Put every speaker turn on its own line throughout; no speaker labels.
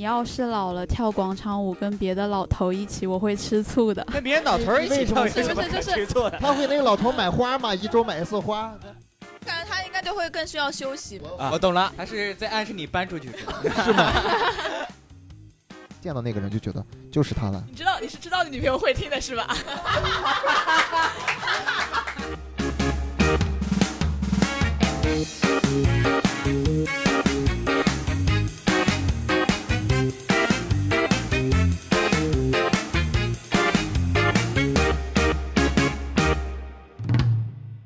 要是老了跳广场舞跟别的老头一起，我会吃醋 的。
跟别人老头儿一起跳有什么可吃醋 的？
他会那个老头买花嘛，一周买一次花。
感觉他应该就会更需要休息吧。
啊，我懂了，还是在暗示你搬出去。
见到那个人就觉得就是他了。
你知道你是知道你女朋友会听的是吧？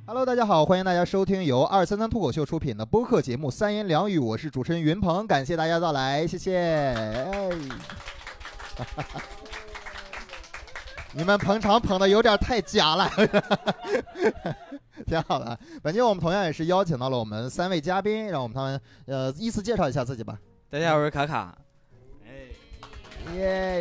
Hello，大家好，欢迎大家收听由二三三脱口秀出品的播客节目《三言两语》，我是主持人云鹏，感谢大家到来，谢谢。哎 你们捧场捧的有点太假了， 挺好的。本期我们同样也是邀请到了我们三位嘉宾，让我们他们呃依次介绍一下自己吧。
大家好，我是卡卡。
哎
耶、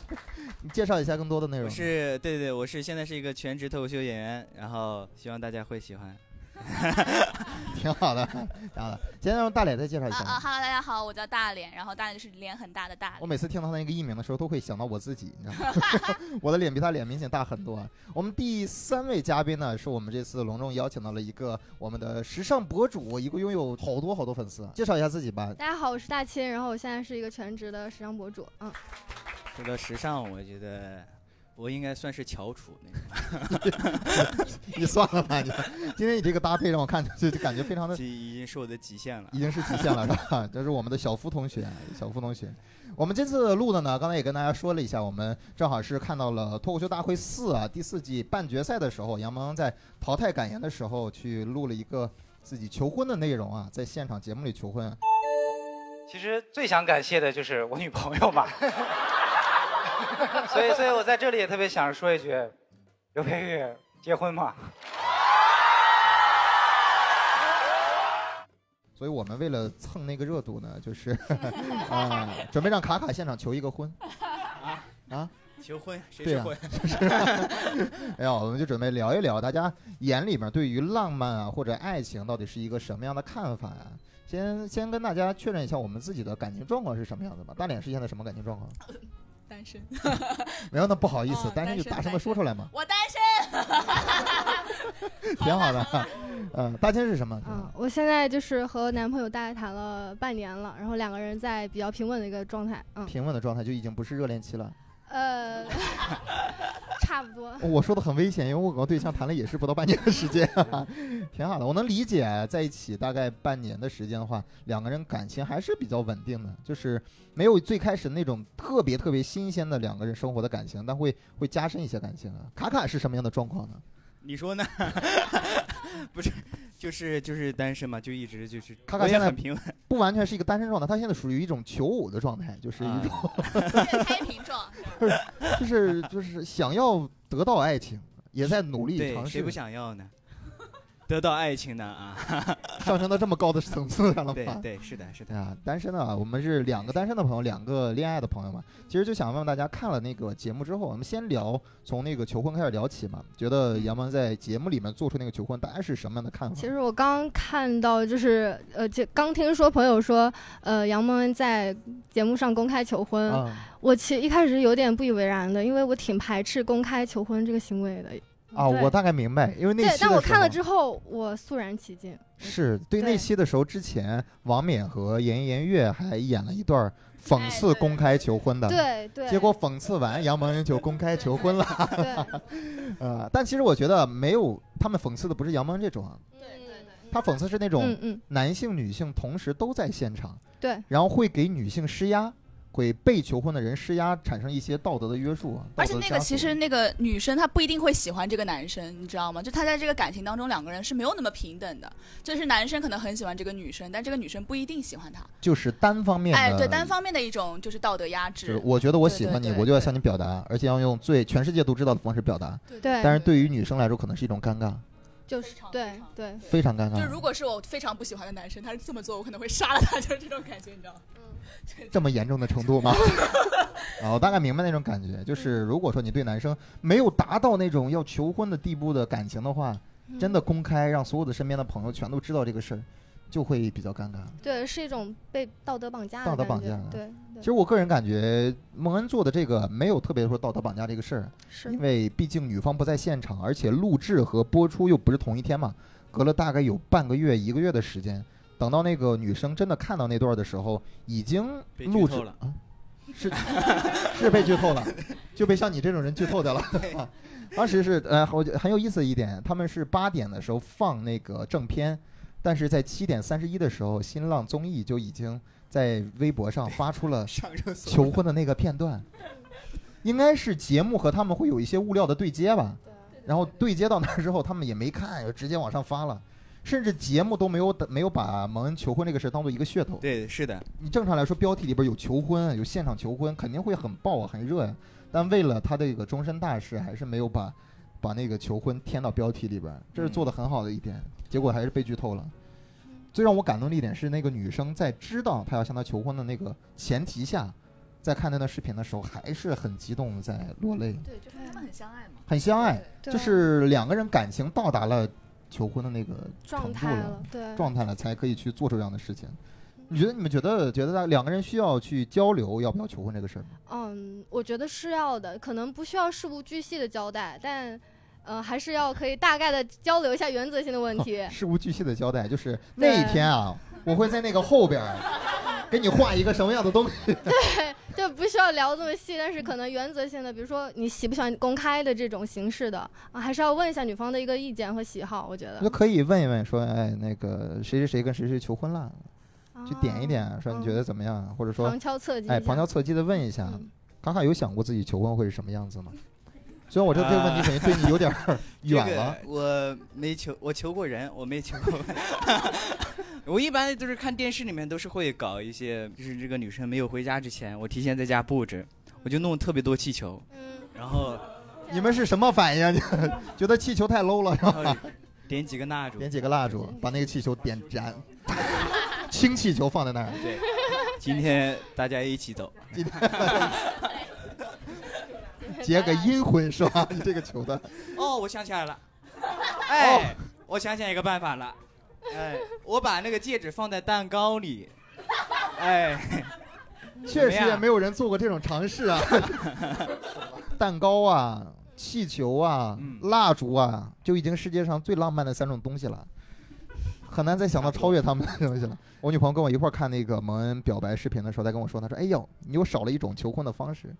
你介绍一下更多的内容
我。是对对，我是现在是一个全职脱口秀演员，然后希望大家会喜欢。
挺好的，挺好的。先让大脸再介绍一
啊
下。
啊哈喽，大家好，我叫大脸，然后大脸就是脸很大的大
我
脸。
每次听到他那个艺名的时候，都会想到我自己，你知道吗？ 我的脸比他脸明显大很多啊。我们第三位嘉宾呢，是我们这次隆重邀请到了一个我们的时尚博主，一个拥有好多好多粉丝。啊介绍一下自己吧。
大家好，我是大亲，然后我现在是一个全职的时尚博主，嗯，
说到时尚，我觉得我应该算是翘楚那种，
你算了吧，你今天你这个搭配让我看就就感觉非常的
这已经是我的极限了
已。经是极限了，是吧？这是我们的 小夫同学，小夫同学。我们这次录的呢，刚才也跟大家说了一下，我们正好是看到了《脱口秀大会四》啊第四季半决赛的时候，杨蒙在淘汰感言的时候去录了一个自己求婚的内容啊，在现场节目里求婚。啊
其实最想感谢的就是我女朋 友嘛，所以，所以我在这里也特别想说一句，刘佩玉结婚嘛。
所以我们为了蹭那个热度呢，就是 啊，准备让卡卡现场求一个婚。
求婚，谁
对
是
啊
婚？
哎呀，我们就准备聊一聊大家眼里面对于浪漫啊或者爱情到底是一个什么样的看法呀、先先跟大家确认一下我们自己的感情状况是什么样子吧。大脸是现在什么感情状况？
单身，
没有，那不好意思，
哦
单身就
单身
大声的说出来嘛，
我单身。
挺好的。嗯，大金是什么？
啊，我现在就是和男朋友大概谈了半年了，然后两个人在比较平稳的一个状态，嗯，
平稳的状态就已经不是热恋期了。
呃， 差不多，
我说的很危险，因为我跟对象谈了也是不到半年的时间，啊
嗯
挺好的。我能理解，在一起大概半年的时间的话，两个人感情还是比较稳定的，就是没有最开始那种特别特别新鲜的两个人生活的感情，但会会加深一些感情啊。卡卡是什么样的状况呢？
你说呢？ 不是，就是就是单身嘛，就一直就是，
卡卡
我也
现在
很平稳。
不完全是一个单身状态，他现在属于一种求偶的状态，就是
啊
一种、
开 屏状，
就是就是想要得到爱情，也在努 力
对，
尝
谁
试
不想要呢？得到爱情呢啊！
上升到这么高的层次上了
对
吗？
对，是的，是的。
对啊，单身的啊，我们是两个单身的朋友，两个恋爱的朋友嘛。其实就想问问大家，看了那个节目之后，我们先聊从那个求婚开始聊起嘛。觉得杨蒙在节目里面做出那个求婚，大家是什么样的看法？
其实我刚看到，就是呃，就刚听说朋友说，呃，杨蒙恩在节目上公开求婚，
啊
我其实一开始有点不以为然的，因为我挺排斥公开求婚这个行为的。
啊，
嗯对
我大概明白，因为那期
对
的，时
但
候
我看了之后，我肃然起敬。
是对那
对
期的时候，之前王冕和颜颜颜悦还演了一段讽
哎
刺
对
公开求婚的，
对对，
结果讽刺完，杨蒙人就公开求婚了。
对，
呃，但其实我觉得没有，他们讽刺的不是杨蒙这种啊，
对对对
他讽刺是那种
嗯嗯，
男性、女性同时都在现场，
对，
然后会给女性施压，会被求婚的人施压，产生一些道德的约束啊。
而且
道德
那
的
个
枷
其
锁
实那个女生她不一定会喜欢这个男生，你知道吗？就她在这个感情当中，两个人是没有那么平等的。就是男生可能很喜欢这个女生，但这个女生不一定喜欢他。
就是单方面的，
哎，对，单。方面的一种就是道德压
就是
制。
我觉得我喜欢你，
对对对
我就要向你表达，而且要用最全世界都知道的方式表达。
哎对
对
但是对于女生来说，可能是一种尴尬，
就是
非常非
对
常
对，
非常尴
就
尬。
如果是我非常不喜欢的男生，他是这么做，我可能会杀了他，就是这种感觉，你知道吗？
这么严重的程度 吗？啊，我大概明白那种感觉，就是
嗯
如果说你对男生没有达到那种要
嗯
嗯
求婚的地步的感情的话，真的公开让所有的身边的朋友全都知道这个事儿，就会比较尴尬。
对，是一种被道德绑架的
道德
感
绑
觉
架了
对，对
其实我个人感觉，蒙恩做的这个没有特别说道德绑架这个事儿，因
是
为毕竟女方不在现场，而且录制和播出又不是同一天嘛，隔了大概有半个月、一个月的时间。等到那个女生真的看到那段的时候，已经
被剧
录制
透了
啊，是是被剧透了，就被像你这种人剧透掉 了。当时是呃，我觉得很有意思的一点，他们是八点的时候放那个正片，但是在七点三十一的时候，新浪综艺就已经在微博上发出了
上热搜
求婚的那个片段，应该是节目和他们会有一些物料的对接吧。然后对接到那儿之后，他们也没看，就直接往上发了，甚至节目都没有没有把蒙恩求婚这个事儿当做一个噱头。
对，是的，
你正常来说，标题里边有求婚，有现场求婚，肯定会很爆啊，很热呀、但为了他这个终身大事，还是没有把把那个求婚添到标题里边儿，这是做的很好的一点。结果还是被剧透了。最让我感动的一点是，那个女生在知道她要向他求婚的那个前提下，在看那段视频的时候，还是很激动，在落泪，
对，就是他们很相爱嘛，
很相爱，
对
就是两个人感情到达了求婚的那个
状
程度
态
了
了，对，
状态了，才可以去做出这样的事情。你觉得你们觉得觉得两个人需要去交流要不要求婚这个事儿吗？
嗯，我觉得是要的，可能不需要事无巨细的交代，但。呃，还是要可以大概的交流一下原则性的问题。
事无巨细的交代，就是那一天啊，我会在那个后边儿给你画一个什么样的 东西。
就不需要聊这么细，但是可能原则性的，比如说你喜不喜欢公开的这种形式的啊，还是要问一下女方的一个意见和喜好。我觉
我
得
就可以问一问说，哎，那个谁谁谁跟谁谁求婚了，就点一点，说你觉得怎么样，或者
啊
说
旁敲侧击一下，
哎旁敲侧击的问一下，
嗯
卡卡有想过自己求婚会是什么样子吗？虽然我知
啊
道这个问题可能对你有点 儿远了，
这个、我没求，我求过人，我没求过。 我一般就是看电视里面都是会搞一些，就是这个女生没有回家之前，我提前在家布置，我就弄特别多气球，
嗯，
然 后
你们是什么反应？ 觉得气球太 low 了是吧？
然后点几个蜡烛，
点几个蜡烛，把那个气球点燃， 氢气球放在那儿。
对，今天大家一起走，
结个阴婚是吧？你这个球的，
哦，我想起来了，
哦
哎，我想起来一个办法了，哎，我把那个戒指放在蛋糕里，哎，
确实也没有人做过这种尝试啊。蛋糕啊，气球啊，
嗯
蜡烛啊，就已经世界上最浪漫的三种东西了，很难再想到超越他们的东西了。我女朋友跟我一块儿看那个蒙恩表白视频的时候，她跟我说，她说：“哎呦，你又少了一种求婚的方式。”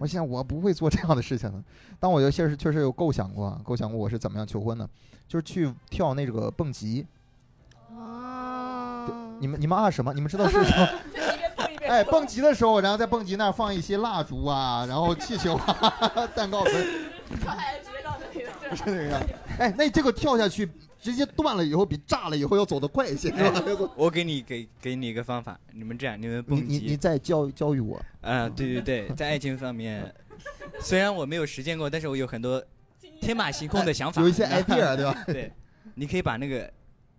我心想，我不会做这样的事情的。但我有确实确实有构想过，构想过我是怎么样求婚的，就是去跳那个蹦极。
哦，
你们你们啊什么？你们知道是什么？ 哎，蹦极的时候，然后在蹦极那儿放一些蜡烛啊， 然后气球啊， 蛋糕不是
跳下来直接到这里了。
不是那个。哎，那这个跳下去直接断了以后，比炸了以后要走得快一些， 是吧？
我给你给给你一个方法，你们这样，你们
你
蹦
你
极
你，再教教育我，
啊，对对对，在爱情方面，虽然我没有实践过，但是我有很多天马行空的想法，
有一些哎
你知道
idea 对吧？
对，你可以把那个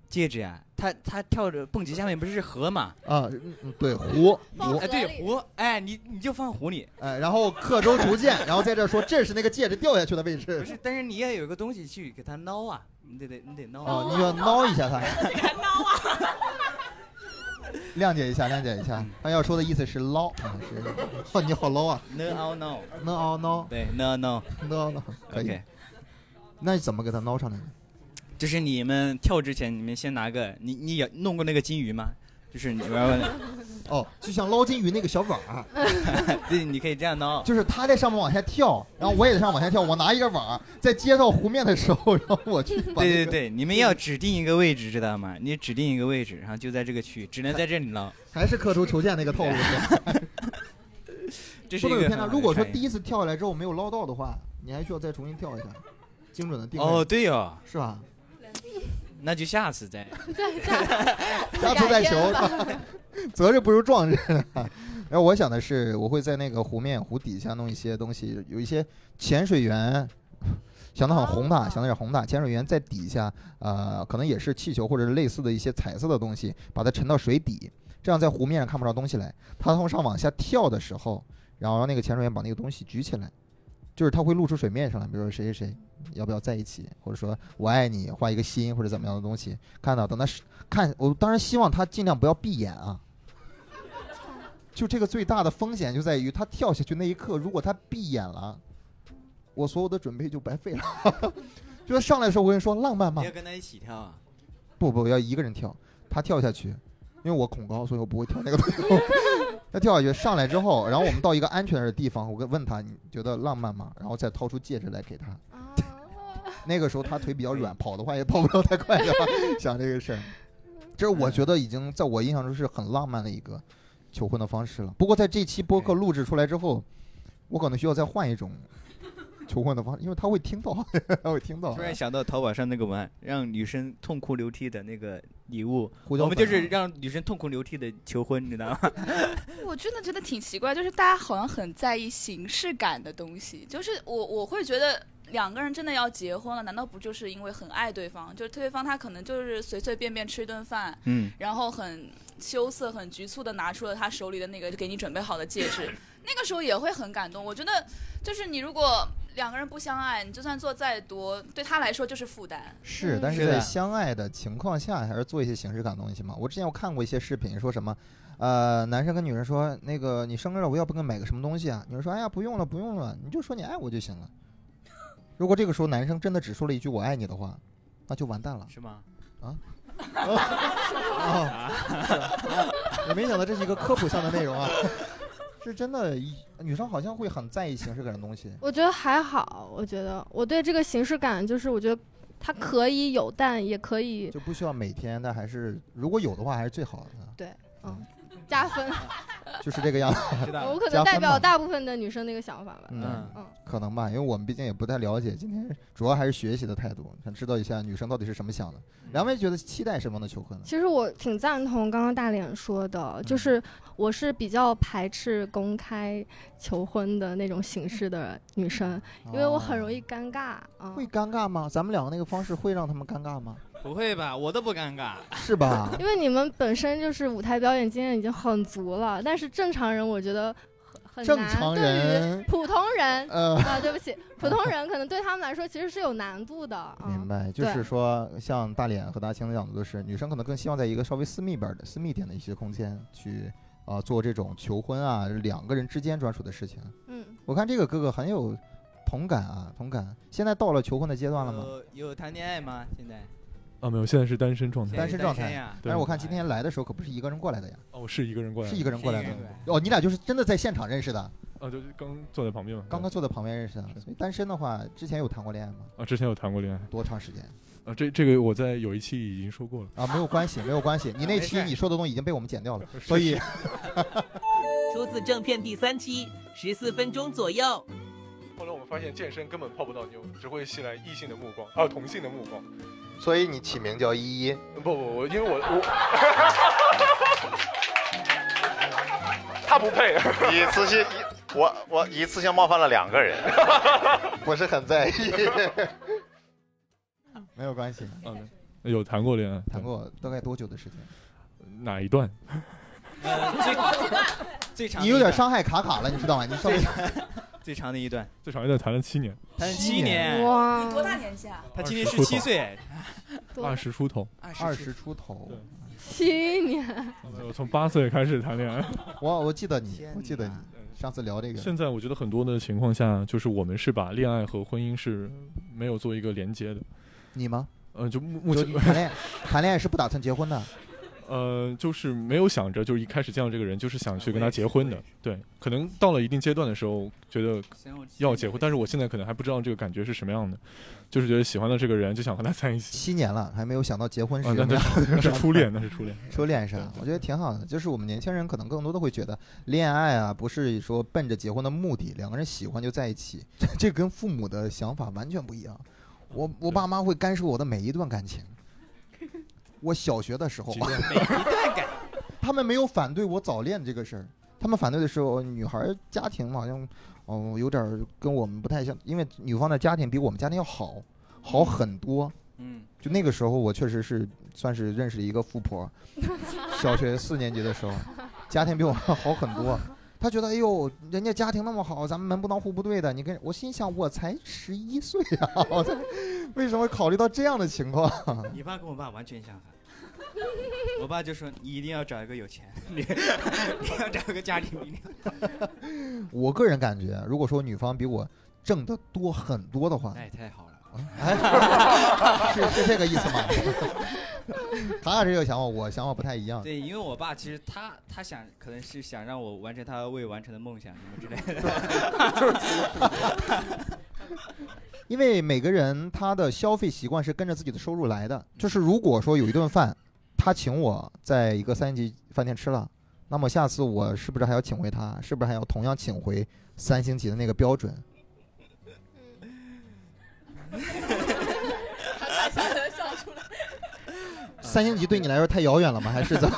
戒指啊，它它跳着蹦极下面不是河嘛？
啊，嗯对，湖湖
放，
哎，
河
对
里
湖，哎，你你就放湖里，
哎，然后刻舟求剑，然后在这儿说这是那个戒指掉下去的位
不
置，
是，但是你也有一个东西去给它捞啊，你得得你得捞
哦
啊，，
你要挠一下他， 谅解一下，谅解一下，他要说的意思是捞啊，是，哦，你好捞啊，
no oh, no，
挠挠挠。
对 no no，
挠挠哦可以
OK，。
那怎么给它挠上来呢？
就是你们跳之前，你们先拿个，你你也弄过那个金鱼吗？就是你们，
哦，就像捞金鱼那个小网儿，
对，你可以这样捞。
就是它在上面往下跳，然后我也在上面往下跳，我拿一个网儿在接到湖面的时候，然后我去把、
对对，对，你们要指定一个位置，知道吗？你指定一个位置，然后就在这个区域，只能在这里 捞。
还是刻舟求剑那个套路，是吧
这是
不
一
能有
个很
偏差。
好的
如果说
创意
第一次跳下来之后没有捞到的话，你还需要再重新跳一下，精准的定位，
哦，对哦，
是吧？
那就下次 再。
对，这样
下次再求，择日不如撞日。 然后我想的是，我会在那个湖面、湖底下弄一些东西，有一些潜水员，想的很宏大，
哦
想的很宏大。潜水员在底下，呃，可能也是气球或者是类似的一些彩色的东西，把它沉到水底，这样在湖面上看不着东西来。他从上往下跳的时候，然后让那个潜水员把那个东西举起来，就是他会露出水面上来，比如说谁谁谁要不要在一起，或者说我爱你，画一个心或者怎么样的东西。看到等他是看，我当然希望他尽量不要闭眼啊。就这个最大的风险就在于他跳下去那一刻，如果他闭眼了，我所有的准备就白费了。就他上来的时候，我跟你说浪漫吗
要？跟他一起跳啊！
不不，要一个人跳，他跳下去，因为我恐高，所以我不会跳那个动作。他跳下去，上来之后，然后我们到一个安全的地方，我跟问他你觉得浪漫吗？然后再掏出戒指来给他。
啊，
那个时候他腿比较软，跑的话也跑不了太快的。 想这个事儿，这是我觉得已经在我印象中是很浪漫的一个求婚的方式了。不过在这期播客录制出来之后，我可能需要再换一种求婚的方式，因为他会听到， 他会听到
突。然想到淘宝上那个文案，让女生痛哭流涕的那个礼物，
胡椒
我们
粉
就是让女生痛哭流涕的求婚，你知道吗？
我真的觉得挺奇怪，就是大家好像很在意形式感的东西，就是我我会觉得。两个人真的要结婚了，难道不就是因为很爱对方？就是对方他可能就是随随便便吃一顿饭，
嗯，
然后很羞涩、很局促的拿出了他手里的那个给你准备好的戒指，那个时候也会很感动。我觉得，就是你如果两个人不相爱，你就算做再多，对他来说就是负担。
是，
嗯
但是
是的
在相爱的情况下，还是做一些形式感的东西嘛。我之前我看过一些视频，说什么，呃，男生跟女人说，那个你生日了，我要不给你买个什么东西啊？女人说，哎呀，不用了，不用了，你就说你爱我就行了。如果这个时候男生真的只说了一句我爱你的话，那就完 蛋了。
是 吗？
啊， 我没想到这是一个科普向的内容啊，是真的，女生好像会很在意形式感的东西。
我觉得还好，我觉得我对这个形式感就是我觉得它可以有，但也可以
就不需要每天，但还是如果有的话，还是最好的，
加分。
就是这个样子，
知
我
道。
可
加
能代
分
表
嘛
大部分的女生那个想法吧。
嗯
嗯，
嗯，
可能吧，因为我们毕竟也不太了解，今天主要还是学习的态度，想知道一下女生到底是什么想的。两位觉得期待什么样的求婚呢？
其实我挺赞同刚刚大脸说
嗯
的，就是我是比较排斥公开求婚的那种形式的女生，因为我很容易尴尬。
嗯哦
嗯
会，尴尬吗？咱们两个那个方式会让他们尴尬 吗？
不会吧？我都不尴尬。
是吧？
因为你们本身就是舞台表演经验已经很足了，但是正常人我觉得很很
正
难
常
对于
人，
普通人。
呃，
啊，对不起，普通人可能对他们来说其实是有难度的啊。
明白，就是
对
说像大脸和大青那样子，就是女生可能更希望在一个稍微私密一点的、私密一点的一些空间去啊、做这种求婚啊，两个人之间专属的事情。
嗯，
我看这个哥哥很有同感啊，同感。现在到了求婚的阶段了吗？
有有谈恋爱吗？现在
啊，没有，现在是单身状态。
单身状态
呀。
对
但是我看今天来的时候可不是一个人过来的呀，
哦，是一个人过来
是
的，
一个人过来的
是一个人过来。
哦，你俩就是真的在现场认识的，
啊，就是刚坐在旁边嘛。
刚刚
对
坐在旁边认识的。所以单身的话，之前有谈过恋爱吗？
啊，之前有谈过恋爱
多长时间？
啊，这这个我在有一期已经说过了。
啊，没有关系，没有关系。你那期你说的东西已经被我们剪掉了，所以
出自正片第三期，十四分钟左右。
后来我们发现健身根本泡不到妞，只会吸来异性的目光，啊，同性的目光。
所以你起名叫依依。
不不，我因为我我
他不配。
一次性一我我一次性冒犯了两个人。
不是很在意。没有关系，
嗯，有谈过恋爱，
谈过大概多久的时间？
对哪一段？
呃最长的
你
一
有点
段
伤害卡卡了，你知道吗？你稍微
最长的一段，
最长一段谈了七年，
谈了
七
七年。
哇，
哎你多大年纪啊？
他今年
20
十七
哎
岁，
多
二十出头。
二十出头，
七年，
我呃从八岁开始谈恋爱。
我我记得你
天，
我记得你
哪
上次聊这个，
现在我觉得很多的情况下，就是我们是把恋爱和婚姻是没有做一个连接的。
你吗？
呃，就目目
就
前
你谈恋爱， 谈恋爱是不打算结婚的。
呃，就是没有想着，就是一开始见到这个人就是想去跟他结婚的。对，可能到了一定阶段的时候，觉得要结婚，但是我现在可能还不知道这个感觉是什么样的，就是觉得喜欢的这个人就想和他在一 起。
七年了，还没有想到结婚是
啊，那
什么
那
样
是那是初恋，那是初 恋。
初恋是吧？我觉得挺好的，就是我们年轻人可能更多的会觉得，恋爱啊不是说奔着结婚的目的，两个人喜欢就在一起， 这这跟父母的想法完全不一样。我我爸妈会干涉我的每一段感情。我小学的时候
几，段
每一段感
他们没有反对我早恋这个事儿，他们反对的是我女孩儿家庭好像，哦、有点儿跟我们不太像，因为女方的家庭比我们家庭要好，好很多。
嗯，
就那个时候，我确实是算是认识了一个富婆，小学四年级的时候，家庭比我们好很多。他觉得哎呦，人家家庭那么好，咱们门不当户不对的，你跟我心想我才十一岁啊，我才为什么考虑到这样的情况？
你爸跟我爸完全相 反。我爸就说：“你一定要找一个有钱， 你你要找一个家里明亮。
我个人感觉，如果说女方比我挣得多很多的话，
那也太好了。
哎，是是这个意思吗？ 他俩这个想法，我想法不太一样。
对，因为我爸其实他他想可能是想让我完成他未完成的梦想什么之类的。
因为每个人他的消费习惯是跟着自己的收入来的。就是如果说有一顿饭，他请我在一个三星级饭店吃了，那么下次我是不是还要请回他？是不是还要同样请回三星级的那个标准？
他开心的笑出来。
三星级对你来说太遥远了吗？还是怎么？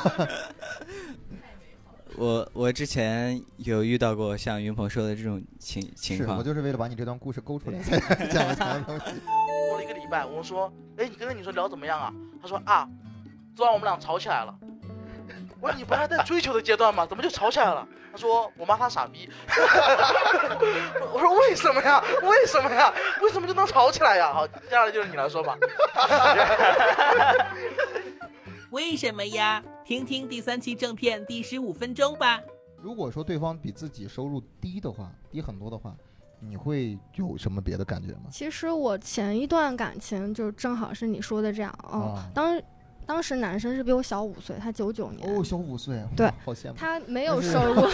我我之前有遇到过像云鹏说的这种情情
是
况，
我就是为了把你这段故事勾出来才讲了这样的东西。
过了一个礼拜，我说，哎，你跟那女生聊怎么样啊？她说啊，昨晚我们俩吵起来了。我说你不还在追求的阶段吗？怎么就吵起来了？她说我骂她傻逼。 我我说为什么呀？为什么呀？为什么就能吵起来呀？好，接下来就是你来说吧。
为什么呀？听听第三期正片第十五分钟吧。
如果说对方比自己收入低的话，低很多的话，你会有什么别的感觉吗？
其实我前一段感情就正好是你说的这样哦，
啊
当当时男生是比我小五岁，他九九年，
哦，小五岁，
对
哇好羡慕。
他没有 收入，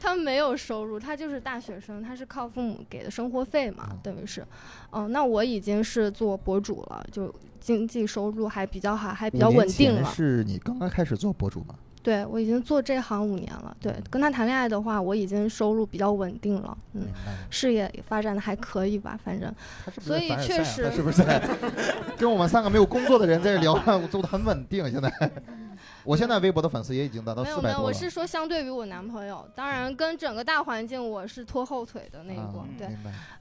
他没有收入，他就是大学生，他是靠父母给的生活费嘛，
哦
等于是，嗯、那我已经是做博主了，就经济收入还比较好，还比较
五年
稳定
前
了。
是你刚刚开始做博主吗？
对我已经做这行五年了，对，跟他谈恋爱的话，我已经收入比较稳定了，嗯，事业也发展的还可以吧，反正，
是
所
不是
以
凡尔赛
确
啊
实
他是不是在 跟我们三个没有工作的人在这聊？我做的很稳定，现在。我现在微博的粉丝也已经达到
没有
四
没
百
有，
多
我
了。
是说相对于我男朋友，当然跟整个大环境我是拖后腿的那一
啊
波，对，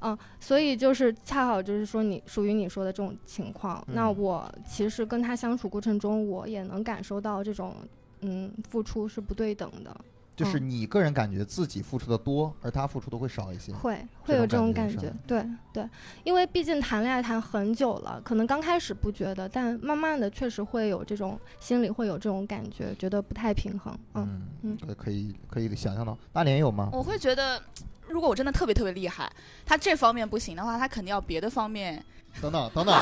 嗯，所以就是恰好就是说你属于你说的这种情况，那
嗯
我其实跟他相处过程中，我也能感受到这种嗯付出是不对等的，
就是
嗯
你个人感觉自己付出的多，而他付出的会少一些。
会会有这种感觉
是吧，
对对，因为毕竟谈恋爱谈很久了，可能刚开始不觉得，但慢慢的确实会有这种心里会有这种感觉，觉得不太平衡，嗯嗯，哦
呃可以可以想象到，大连有吗？
我会觉得，如果我真的特别特别厉害，他这方面不行的话，他肯定要别的方面。
等等等 等，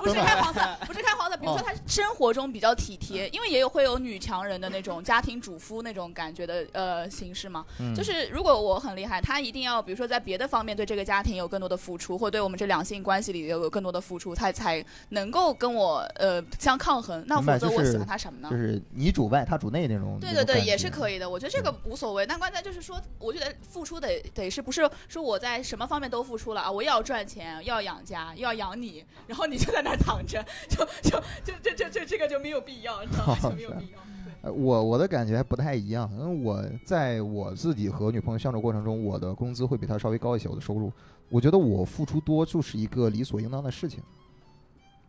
不是开黄色，不是开黄色，比如说
嗯
他生活中比较体贴，因为也有会有女强人的那种家庭主妇那种感觉的呃形式嘛。
嗯
就是如果我很厉害，他一定要比如说在别的方面对这个家庭有更多的付出，或对我们这两性关系里有有更多的付出，他才能够跟我呃相抗衡。那
明白
否
就
则我
是
喜欢他什么呢？
嗯就是你主外他主内那种。
对
那种
对对，
感
也
觉
是可以的。我觉得这个无所谓，但关键就是说，我觉得付出得得是不是说我在什么方面都付出了啊？我又要赚钱，又要养家，又要养你，然后你就在那儿躺着，就就就这这这这个就没有必要，你知道吗？就没有必要。
呃我我的感觉还不太一样，因为我在我自己和女朋友相处过程中，我的工资会比她稍微高一些，我的收入，我觉得我付出多就是一个理所应当的事情。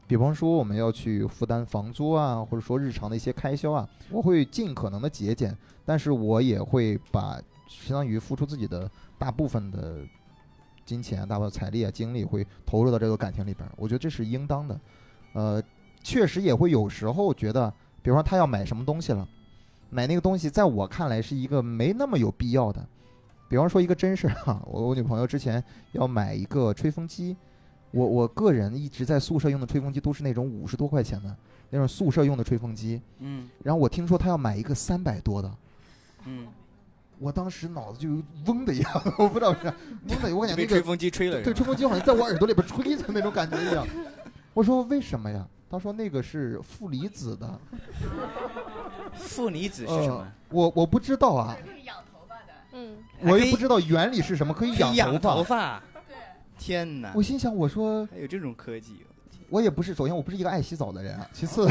比方说我们要去负担房租啊，或者说日常的一些开销啊，我会尽可能的节俭，但是我也会把相当于付出自己的大部分的金钱、大部分财力啊、精力会投入到这个感情里边儿，我觉得这是应当的。呃，确实也会有时候觉得，比如说他要买什么东西了，买那个东西在我看来是一个没那么有必要的。比方说一个真事儿啊，我我女朋友之前要买一个吹风机，我我个人一直在宿舍用的吹风机都是那种五十多块钱的那种宿舍用的吹风机，
嗯
然后我听说她要买一个三百多的，
嗯，
我当时脑子就嗡的一样， 我不知道是啥嗡的，我感觉那
被
个
吹风机吹了是吧
对，吹风机好像在我耳朵里边吹的那种感觉一样。我说为什么呀？他说那个是负离子的，
负离子是什么
呃？，我我不知道啊，
嗯，
我也不知道原理是什么，可以
养
头发。
头发。天哪！
我心想，我说
还有这种科技，哦
我也不是，首先我不是一个爱洗澡的人啊，其次，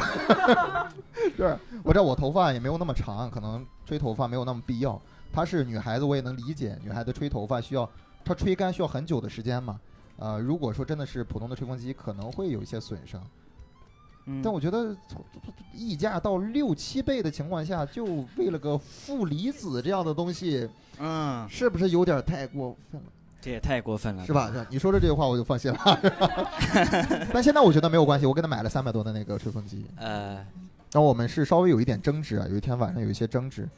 就是我知道我头发也没有那么长，可能吹头发没有那么必要。她是女孩子，我也能理解，女孩子吹头发需要她吹干需要很久的时间嘛。呃，如果说真的是普通的吹风机，可能会有一些损伤。
嗯
但我觉得从溢价到六七倍的情况下，就为了个负离子这样的东西，
嗯，
是不是有点太过分了？
这也太过分了，
是吧？你说的这句话我就放心了。但现在我觉得没有关系，我给他买了三百多的那个吹风机。
呃，
但我们是稍微有一点争执啊，有一天晚上有一些争执，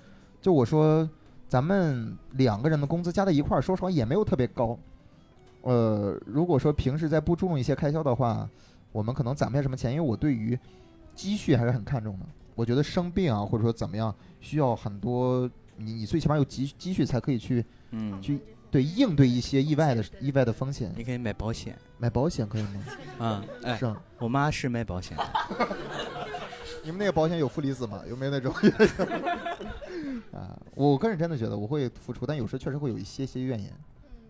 就我说咱们两个人的工资加在一块儿，说实话也没有特别高。呃，如果说平时再不注重一些开销的话，我们可能攒不下什么钱，因为我对于积蓄还是很看重的。我觉得生病啊，或者说怎么样，需要很多你你最起码有积积蓄才可以去
嗯
去对应对一些意外的意外的风险。
你可以买保险，
买保险可以吗？
嗯，哎，
是啊
我妈是卖保险的，
你们那个保险有负离子吗？有没有那种？ 啊，我个人真的觉得我会付出，但有时候确实会有一些些怨言，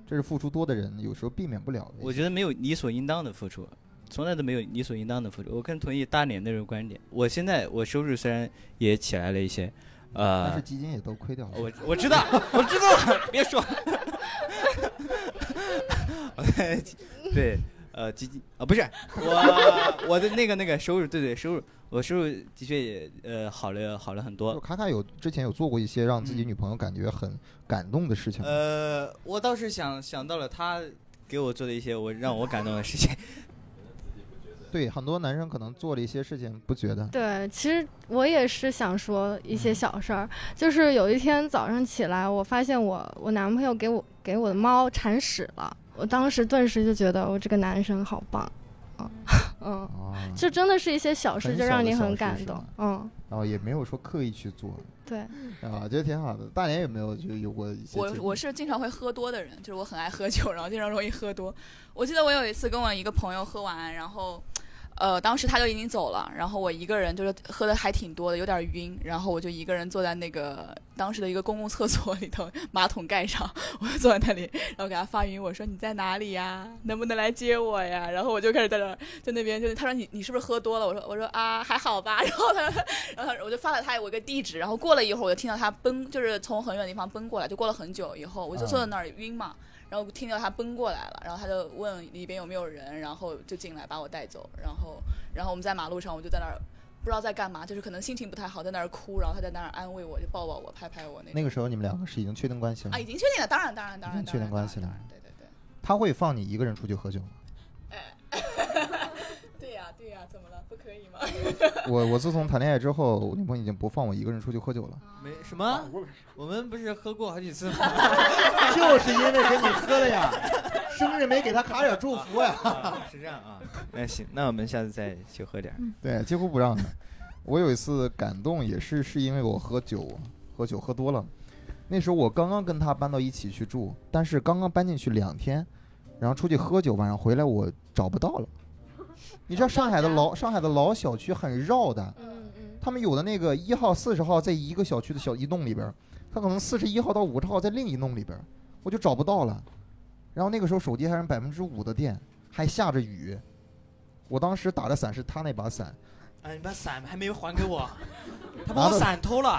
这是付出多的人有时候避免不了的。
我觉得没有理所应当的付出，从来都没有理所应当的付出。我更同意大脸那种观点。我现在我收入虽然也起来了一些，
但
呃
是，基金也都亏掉了。
我我知 道，我知道，别说。 对，呃，基金啊，不是我我的那个那个收入，对对，收入，我收入的确也呃好了好了很多。
卡卡有之前有做过一些让自己女朋友感觉很感动的事情吗，
嗯呃，我倒是想想到了他给我做的一些我让我感动的事 情。
对很多男生可能做了一些事情不觉得，
对，其实我也是想说一
嗯
些小事儿，就是有一天早上起来，我发现我我男朋友给我给我的猫铲屎了，我当时顿时就觉得我这个男生好棒，啊嗯，
啊
就真的是一些小事
很
就
小
让
的
你
小
很
事
感
是
动
吧，
嗯，
然后也没有说刻意去做，
对，
啊，我觉得挺好的。大连有没有就有过一些
我
经历
我是经常会喝多的人，就是我很爱喝酒，然后经常容易喝多。我记得我有一次跟我一个朋友喝完，然后，呃，当时他就已经走了，然后我一个人就是喝的还挺多的，有点晕，然后我就一个人坐在那个当时的一个公共厕所里头，马桶盖上，我就坐在那里，然后给他发语音，我说你在哪里呀？能不能来接我呀？然后我就开始在那儿在那边就是他说你你是不是喝多了？我说我说啊还好吧， 然后他然后他我就发了他我一个地址，然后过了一会儿我就听到他奔，就是从很远的地方奔过来，就过了很久以后，我就坐在
嗯
那儿晕嘛，然后听到他奔过来了，然后他就问里边有没有人，然后就进来把我带走，然后然后我们在马路上我就在那儿。不知道在干嘛，就是可能心情不太好，在那儿哭，然后他在那儿安慰我，就抱抱我，拍拍我那种。
那个时候你们两个是已经确定关系了
啊，
吗，
哎
已经确定了，当然当然当
已
然
经确定
当然。
关系了。对对对。他会放你一个人出去喝酒吗？
对呀、对呀、怎么了？不可以吗？
我我自从谈恋爱之后，我女朋友已经不放我一个人出去喝酒了。
没什么，我们不是喝过好几次吗？
就是因为跟你喝了呀，生日没给他卡点祝福呀。
是这样啊，那行，那我们下次再去喝点儿。
对，几乎不让的。我有一次感动也是是因为我喝酒，喝酒喝多了。那时候我刚刚跟他搬到一起去住，但是刚刚搬进去两天，然后出去喝酒，晚上回来我找不到了。你知道上海的老上海的老小区很绕的，
嗯
他们有的那个一号、四十号在一个小区的小一弄里边儿，他可能四十一号到五十号在另一弄里边儿，我就找不到了。然后那个时候手机还剩百分之五的电，还下着雨，我当时打的伞是他那把伞，
啊，你把伞还没有还给 我，他
把我伞
偷了。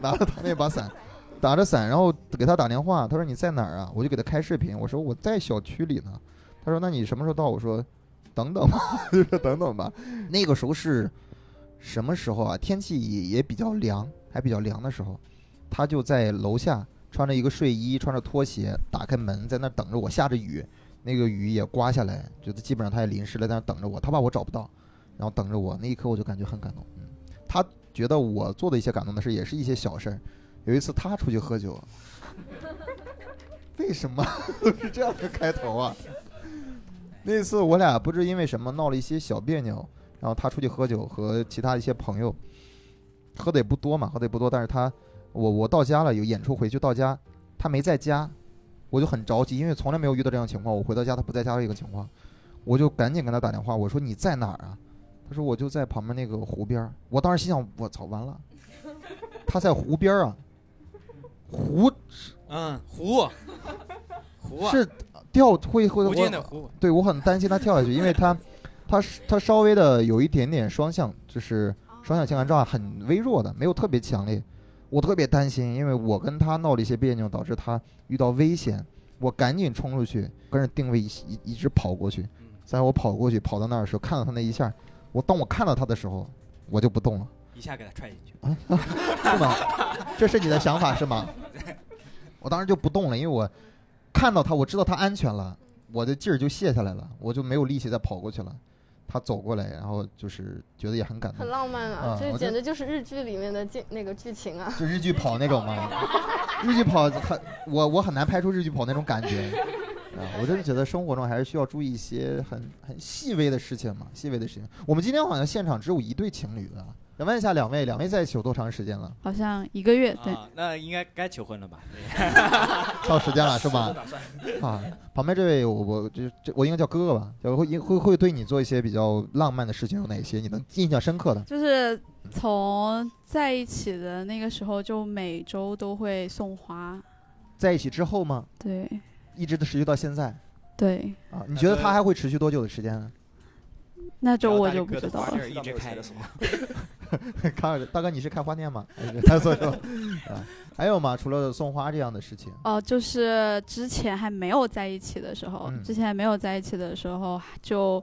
拿了他那把伞，打着伞，然后给他打电话，他说你在哪儿啊？我就给他开视频，我说我在小区里呢。他说那你什么时候到？我说等等吧， 就说等等吧。那个时候是什么时候啊？天气也也比较凉，还比较凉的时候，他就在楼下穿着一个睡衣，穿着拖鞋，打开门在那儿等着我，下着雨，那个雨也刮下来，觉得基本上他也淋湿了，在那儿等着我，他怕我找不到，然后等着我，那一刻我就感觉很感动。嗯，他觉得我做的一些感动的事，也是一些小事儿。有一次他出去喝酒，为什么 都是这样的开头啊？那次我俩不知因为什么闹了一些小别扭，然后他出去喝酒和其他一些朋友，喝的也不多嘛，喝的也不多，但是他我我到家了，有演出回去到家，他没在家，我就很着急，因为从来没有遇到这样的情况，我回到家他不在家的一个情况，我就赶紧跟他打电话，我说你在哪儿啊？他说我就在旁边那个湖边儿，我当时心想我操完了，他在湖边儿啊，湖
嗯，湖，湖啊
是掉会会
无尽的
我
湖
对我很担心他跳下去，因为他他他稍微的有一点点双向，就是双向情感障碍很微弱的，没有特别强烈。我特别担心，因为我跟他闹了一些别扭，导致他遇到危险，我赶紧冲
嗯
出去跟着定位一一一直跑过去。但是我跑过去跑到那儿的时候，看到他那一下，我当我看到他的时候，我就不动了。
一下给他踹进去。
啊， 是吗？这是你的想法是吗？我当时就不动了，因为我看到他，我知道他安全了，我的劲儿就卸下来了，我就没有力气再跑过去了。他走过来，然后就是觉得也很感动
很，浪漫啊
啊，
这
我
简
就
直就是日剧里面的剧那个剧情啊。
就日剧跑那种嘛。日剧跑，他我我很难拍出日剧跑那种感觉。啊，我真的觉得生活中还是需要注意一些很很细微的事情嘛，细微的事情。我们今天好像现场只有一对情侣啊，想问一下两位，两位在一起有多长时间了？
好像一个月，对，
啊，那应该该求婚了吧？
到时间了是吧
打算？
啊，旁边这位我我这这我应该叫哥哥吧？就会会会对你做一些比较浪漫的事情有哪些？你能印象深刻的？
就是从在一起的那个时候，就每周都会送花，
在一起之后吗？
对，
一直持续到现在
对，
啊？你觉得他还会持续多久的时间呢？啊
那周我就不知道了。
一直开。
看着大哥，你是开花店吗？还是他说说啊？还有吗？除了送花这样的事情，
哦、就是之前还没有在一起的时候，
嗯
之前还没有在一起的时候，就，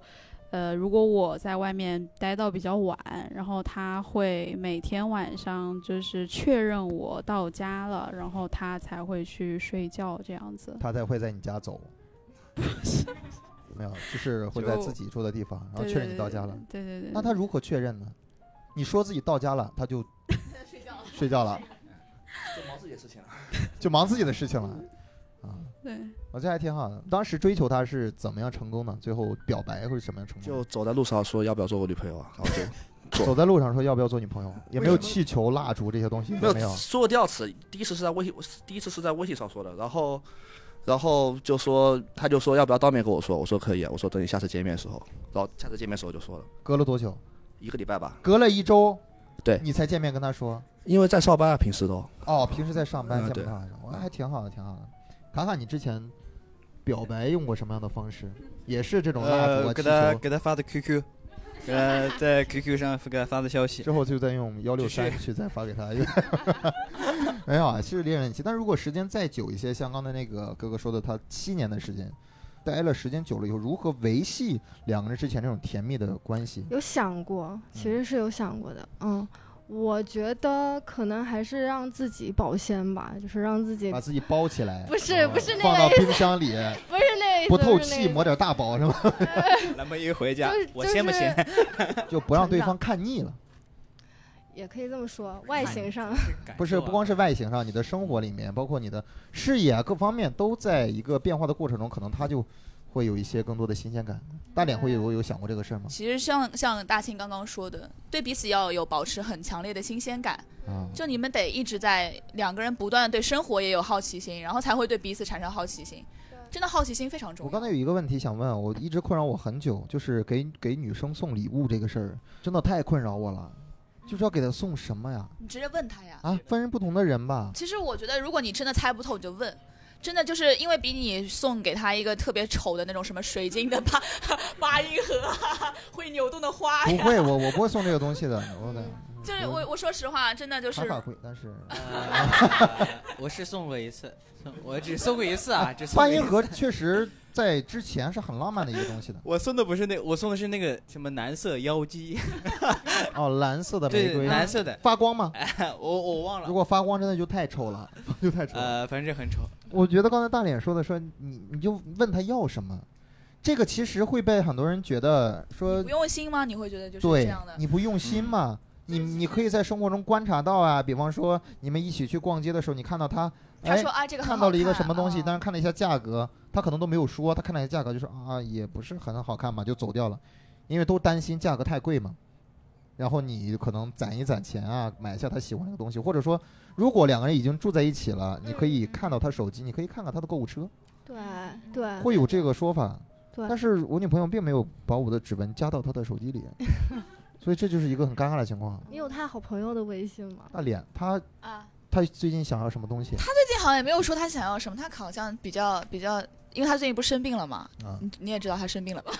呃，如果我在外面待到比较晚，然后他会每天晚上就是确认我到家了，然后他才会去睡觉这样子。
他才会在你家走。没有，就是会在
就
自己住的地方，然后
对
确认你到家了。
对对对对
那他如何确认呢？你说自己到家了，他就 睡觉了，
就忙自己的事情了。
就忙自己的事情了。啊
对，
我觉得还挺好的。当时追求他是怎么样成功呢？最后表白会是什么样成功？
就走在路上说要不要做我女朋友啊，然后就
走
做。
在路上说要不要做女朋友，也没有
为什么
气球、蜡烛这些东西，
没有
没有。
说第二次，第一次是在微信，第一次是在微信上说的，然后，然后就说他就说要不要当面跟我说，我说可以啊，我说等你下次见面的时候，然后下次见面的时候就说了
隔了多久？
一个礼拜吧，
隔了一周，
对
你才见面跟他说。
因为在上班啊，平时都
哦，平时在上班
嗯
见不
对
到他，我还挺好的，挺好的。卡卡，你之前表白用过什么样的方式？也是这种蜡烛
呃
啊、
呃给他
气球，
给他发的 QQ，给他在 QQ 上给他发的消息。
之后就再用幺六三去再发给他。 没有啊，其实恋人期，但如果时间再久一些，像刚才那个哥哥说的，他七年的时间，待了时间久了以后，如何维系两个人之前这种甜蜜的关系？
有想过，其实是有想过的。嗯，我觉得可能还是让自己保鲜吧，就是让自己
把自己包起来，
不是不是
哦
那
放到
个意
冰
思，
箱里，
不是那个意思，
不透
是那
气，
个意思
抹点大宝是吗？
那么一回家
就是，
我先不先？
就不让对
成
方
长
看腻了。
也可以这么说，外形上
不是，不光是外形上，你的生活里面，包括你的视野啊各方面，都在一个变化的过程中，可能他就会有一些更多的新鲜感。大脸会有有想过这个事儿吗？
其实像像大庆刚刚说的，对彼此要有保持很强烈的新鲜感，
啊，
就你们得一直在两个人不断的对生活也有好奇心，然后才会对彼此产生好奇心。真的好奇心非常重
我
要。
刚才有一个问题想问，我一直困扰我很久，就是给给女生送礼物这个事儿，真的太困扰我了。就是要给她送什么呀？
你直接问他呀。
啊，分人不同的人吧。
其实我觉得，如果你真的猜不透，你就问。真的就是因为比你送给他一个特别丑的那种什么水晶的八 八音盒、啊，会扭动的花
不
哎呀。
会，我我不会送这个东西的。我的
就是我我说实话，真的就是
卡卡会，但是
啊 我是送过一次，送我只送过一次啊，只送过
八
一
音
次
盒确实在之前是很浪漫的一个东西的。
我送的不是那，我送的是那个什么蓝色妖姬，
哦，蓝色的玫
对
瑰，
蓝色的 哎
发光吗？
我我忘了。
如果发光真的就太丑了， 就太丑了。
呃，反正很丑。
我觉得刚才大脸说的说你你就问他要什么，这个其实会被很多人觉得说
不用心吗？你会觉得就是这
对
样的。
你不用心嘛。
嗯
你你可以在生活中观察到啊，比方说你们一起去逛街的时候，你看到他，
他说啊这个很
哎看
好
到了一个
看嗯
什么东西，但是看了一下价格，他可能都没有说，他看了一下价格就说啊也不是很好看嘛，就走掉了，因为都担心价格太贵嘛。然后你可能攒一攒钱啊，买一下他喜欢的东西，或者说如果两个人已经住在一起了，你可
嗯
以看到他手机，你可以看看他的购物车，
对对
啊
会有这个说法。
对
但是我女朋友并没有把我的指纹加到她的手机 里，所以这就是一个很尴尬的情况。
你有他好朋友的微信吗？
大脸，他
啊，
他最近想要什么东西？
他最近好像也没有说他想要什么，他好像比较比较，因为他最近不是生病了嘛，
啊
你你也知道他生病了吧？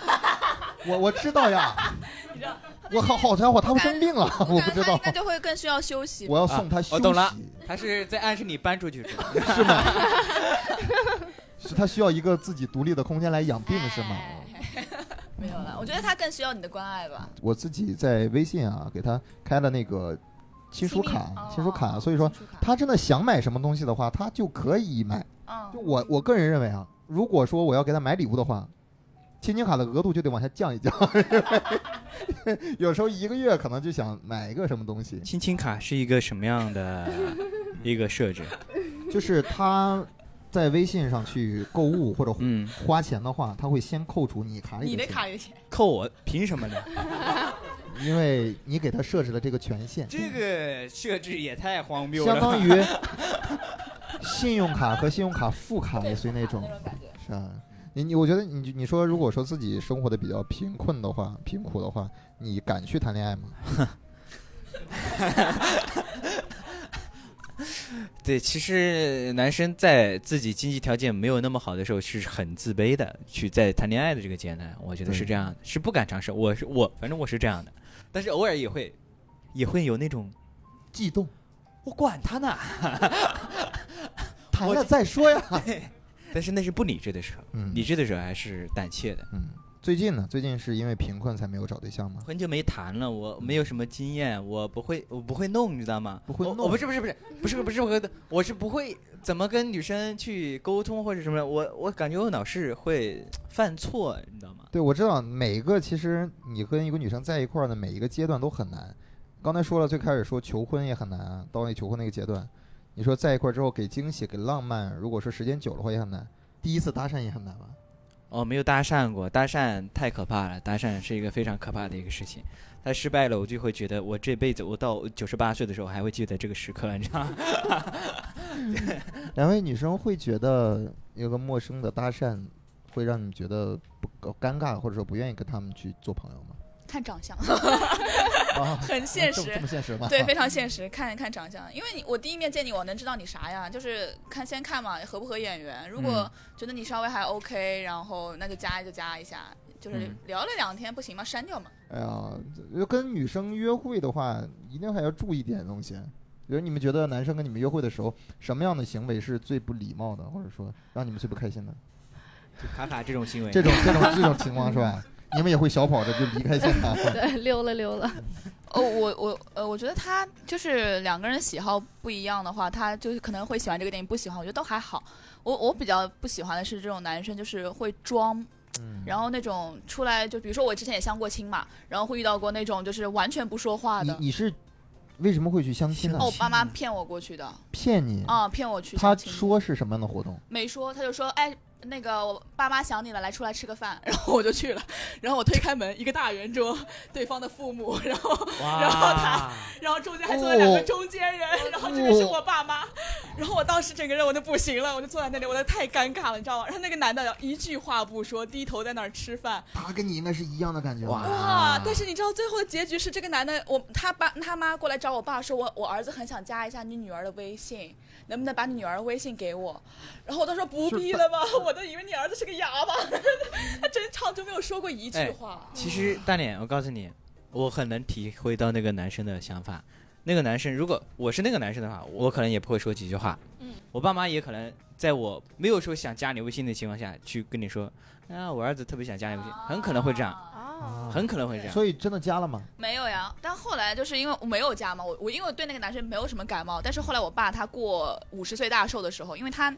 我我知道 呀，我好好家伙，他生病了，我不知道
那就会更需要休息。
我要送他休
我
息
哦懂了，他是在暗示你搬出去是吧？
是吗？ 哎是他需要一个自己独立的空间来养病是吗？
哎没有了，我觉得他更需要你的关爱吧。
我自己在微信啊给他开了那个亲属卡，
哦
亲属卡，所以说他真的想买什么东西的话，他就可以买。
嗯
就我我个人认为啊，如果说我要给他买礼物的话，亲情卡的额度就得往下降一降， 因为有时候一个月可能就想买一个什么东西。
亲亲卡是一个什么样 的一个设置？
就是他在微信上去购物或者
嗯
花钱的话，他会先扣除你卡里
你的
钱
卡里的钱，
扣我凭什么呢？
因为你给他设置了这个权限，
这个设置也太荒谬了
相
吧，
当于信用卡和信用卡副卡类似于那种，是啊。你你我觉得你你说如果说自己生活的比较贫困的话，贫苦的话，你敢去谈恋爱吗？
对，其实男生在自己经济条件没有那么好的时候是很自卑的，去在谈恋爱的这个阶段，我觉得是这样的，是不敢尝试。我是我，反正我是这样的，但是偶尔也会，也会有那种
悸动，
我管他呢，
谈了再说呀。
但是那是不理智的时候，理智的时候还是胆怯的。
嗯，最近呢？最近是因为贫困才没有找对象吗？
很久没谈了，我没有什么经验，我不会，我不会弄，你知道吗？
不会弄
我不是不是不是不是不是我，我是不会怎么跟女生去沟通或者什么，我我感觉我老是会犯错，你知道吗？
对，我知道每一个其实你跟一个女生在一块儿的每一个阶段都很难。刚才说了，最开始说求婚也很难啊，到那求婚那个阶段，你说在一块儿之后给惊喜给浪漫，如果说时间久了话也很难，第一次搭讪也很难吧？
哦，没有搭讪过，搭讪太可怕了，搭讪是一个非常可怕的一个事情。他失败了，我就会觉得我这辈子，我到九十八岁的时候还会记得这个时刻，你知道吗？
两位女生会觉得有个陌生的搭讪会让你觉得不尴尬，或者说不愿意跟他们去做朋友吗？
看长相，
啊
很 现
这么
实，
这么现实 吗
对，非常现实。看看长相，因为你我第一面见你，我能知道你啥呀？就是看先看嘛，合不合眼缘。如果觉得你稍微还 OK，然后那就加就加一下，就是
嗯
聊了两天不行吗？删掉嘛。
哎呀，就跟女生约会的话，一定还要注意点东西。比如你们觉得男生跟你们约会的时候，什么样的行为是最不礼貌的，或者说让你们最不开心的？
就卡卡这种行为，
这种这种这种情况是吧？你们也会小跑着就离开现场。
对，溜了溜了。
哦，我我呃，我觉得他就是两个人喜好不一样的话，他就是可能会喜欢这个电影，不喜欢，我觉得都还好。我我比较不喜欢的是这种男生，就是会装。然后那种出来就比如说我之前也相过亲嘛，然后会遇到过那种就是完全不说话
你
的。
你是为什么会去相亲呢？
哦，我爸妈骗我过去的。
骗你
啊，骗我去
他
相亲。
说是什么样的活动？
没说，他就说，哎，那个我爸妈想你了，来出来吃个饭。 然后我就去了，然后我推开门，一个大圆桌，对方的父母，然后然后他，然后中间还坐了两
哦
个中间人，然后这边是我爸妈，然后我当时整个人我就不行了，我就坐在那里，我就太尴尬了，你知道吗？然后那个男的一句话不说，低头在那儿吃饭，
他跟你应该是一样的感觉。
哇！但是你知道最后的结局是，这个男的，我他爸他妈过来找我爸说我，我儿子很想加一下你女儿的微信，能不能把你女儿微信给我？然后我都说不必了吧，我都以为你儿子是个哑巴， 他整场就没有说过一
哎
句话。
其实大脸，我告诉你，我很能体会到那个男生的想法。那个男生，如果我是那个男生的话，我可能也不会说几句话。
嗯，
我爸妈也可能在我没有说想加你微信的情况下，去跟你说，啊，我儿子特别想加你微信，很可能会这样，
啊
啊哦
很可能会这样。
所以真的加了吗？
啊没有呀，但后来就是因为我没有加嘛，我我因为我对那个男生没有什么感冒，但是后来我爸他过五十岁大寿的时候，因为他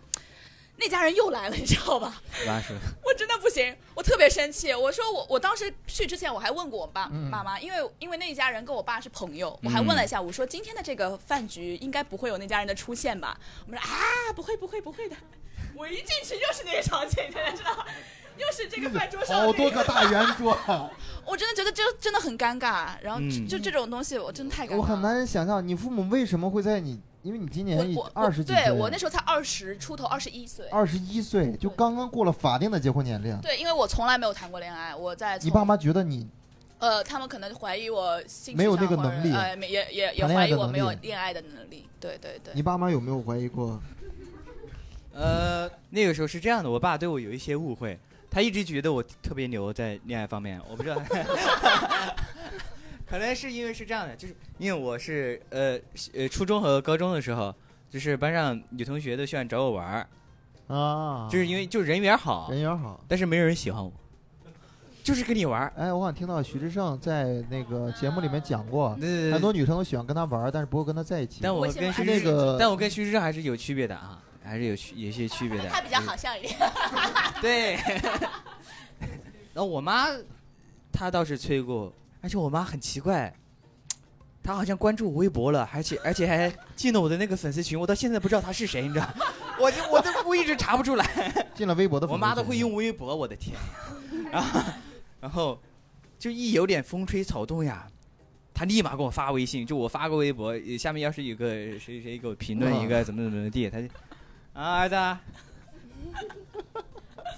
那家人又来了，你知道吧？
妈说，
我真的不行，我特别生气。我说我我当时去之前我还问过我爸、
嗯
妈妈，因为因为那一家人跟我爸是朋友，我还
嗯
问了一下，我说今天的这个饭局应该不会有那家人的出现吧？我们说啊，不会不会不会的。我一进去又是那个场景，你知道吗，又是这个饭桌上的
好
那
多个大圆 桌，
我真的觉得这真的很尴尬，然后就,、
嗯
就这种东西，我真的太尴
我
尬。
很难想象你父母为什么会在你，因为你今年已
我
二十几岁
对
了，
我那时候才二十出头，二十一岁。
二十一岁就刚刚过了法定的结婚年龄。
对，因为我从来没有谈过恋爱，我在
你
从
爸妈觉得你
呃，他们可能怀疑我性
没有那个能力
呃，没也也也
谈恋
怀
爱
疑
的
我
能
没有
力
恋爱的能力。对对对，
你爸妈有没有怀疑过？
呃，那个时候是这样的，我爸对我有一些误会，他一直觉得我特别牛在恋爱方面，我不知道， 可能是因为是这样的，就是因为我是呃呃初中和高中的时候，就是班上女同学都喜欢找我玩儿，
啊，
就是因为就人缘好，
人缘好，
但是没有人喜欢我。就是跟你玩。
哎，我好像听到徐志胜在那个节目里面讲过，
对
很多女生都喜欢跟他玩，但是不会跟他在一起。
呃但我跟
是
徐
那
志
个，
但我跟徐志胜还是有区别的啊，还是有区有些区别的。啊
他比较好笑一点。
对，然后我妈她倒是催过，而且我妈很奇怪，她好像关注我微博了，而且而且还进了我的那个粉丝群，我到现在不知道她是谁，你 知道？我就我都我一直查不出来。
进了微博的
我妈都会用微博，我的天！ 然后然后就一有点风吹草动呀。她立马给我发微信，就我发个微博，下面要是有个谁谁给我评论一个怎么怎么地，她就啊儿子 啊，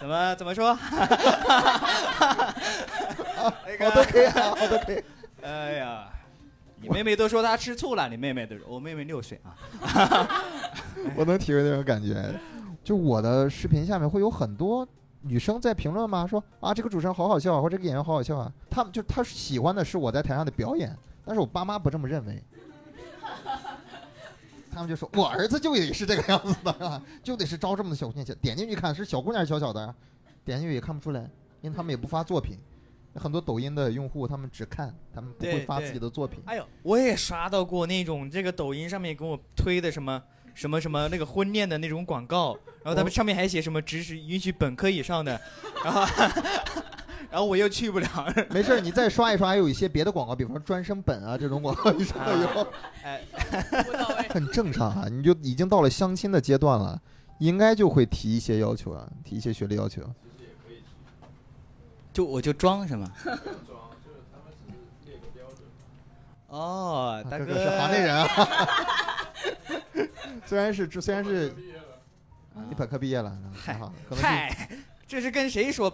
怎么怎么说？那个
我都可以啊，我都可以。
哎呀，你妹妹都说她吃醋了，你妹妹都说，我妹妹六岁啊。
我能体会那种感觉。就我的视频下面会有很多女生在评论吗？说啊，这个主持人好好笑啊，或者这个演员好好笑啊。他们就他喜欢的是我在台上的表演，但是我爸妈不这么认为。他们就说我儿子就得是这个样子的、啊，就得是招这么的小姑娘。点进去看是小姑娘还是小小的啊，点进去也看不出来，因为他们也不发作品。很多抖音的用户他们只看，他们不会
对
发
对
自己的作品。
哎呦，我也刷到过那种这个抖音上面给我推的什么什么什么那个婚恋的那种广告，然后他
哦
们上面还写什么只许允许本科以上 的，然后然后我又去不了。
没事儿，你再刷一刷，还有一些别的广告，比方说专升本啊这种广告，你刷到以后，
哎，
哎
很正常啊。你就已经到了相亲的阶段了，应该就会提一些要求啊，提一些学历要求。
就我就装是吗？哦，大
这
哥
啊个是行内人啊。 虽然是，虽然是，你本科毕业了，还好，可能是
嗨，这是跟谁说？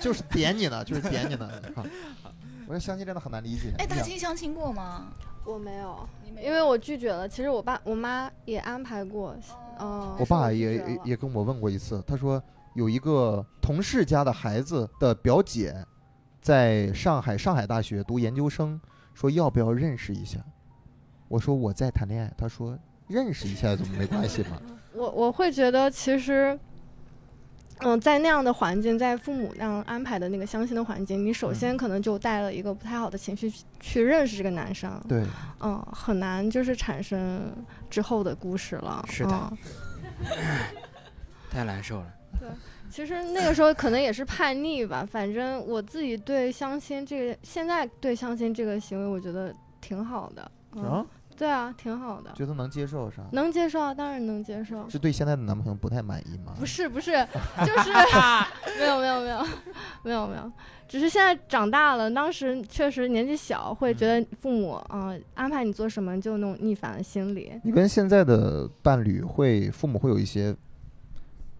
就是点你呢，就是点你呢。啊我说相亲真的很难理解。
哎，大
呀
清相亲过吗？
我没有，因为我拒绝了。其实我爸我妈也安排过，嗯，
我爸
是拒
也
绝
也
了
也跟我问过一次，他说有一个同事家的孩子的表姐，在上海上海大学读研究生，说要不要认识一下？我说我在谈恋爱，他说认识一下怎么没关系 嘛？
我我会觉得其实，嗯，在那样的环境，在父母那样安排的那个相亲的环境，你
嗯
首先可能就带了一个不太好的情绪去去认识这个男生，
对，
嗯，很难就是产生之后的故事了。
是的
嗯
太难受了。
对，其实那个时候可能也是叛逆吧。反正我自己对相亲这个，现在对相亲这个行为，我觉得挺好的。嗯、
啊
对啊，挺好的，
觉得能接受是吧？
能接受啊，当然能接受。
是对现在的男朋友不太满意吗？
不是不是，就是 没有没有没有没有没有，只是现在长大了，当时确实年纪小，会觉
嗯
得父母啊、呃安排你做什么就那种逆反的心理。
你跟现在的伴侣会父母会有一些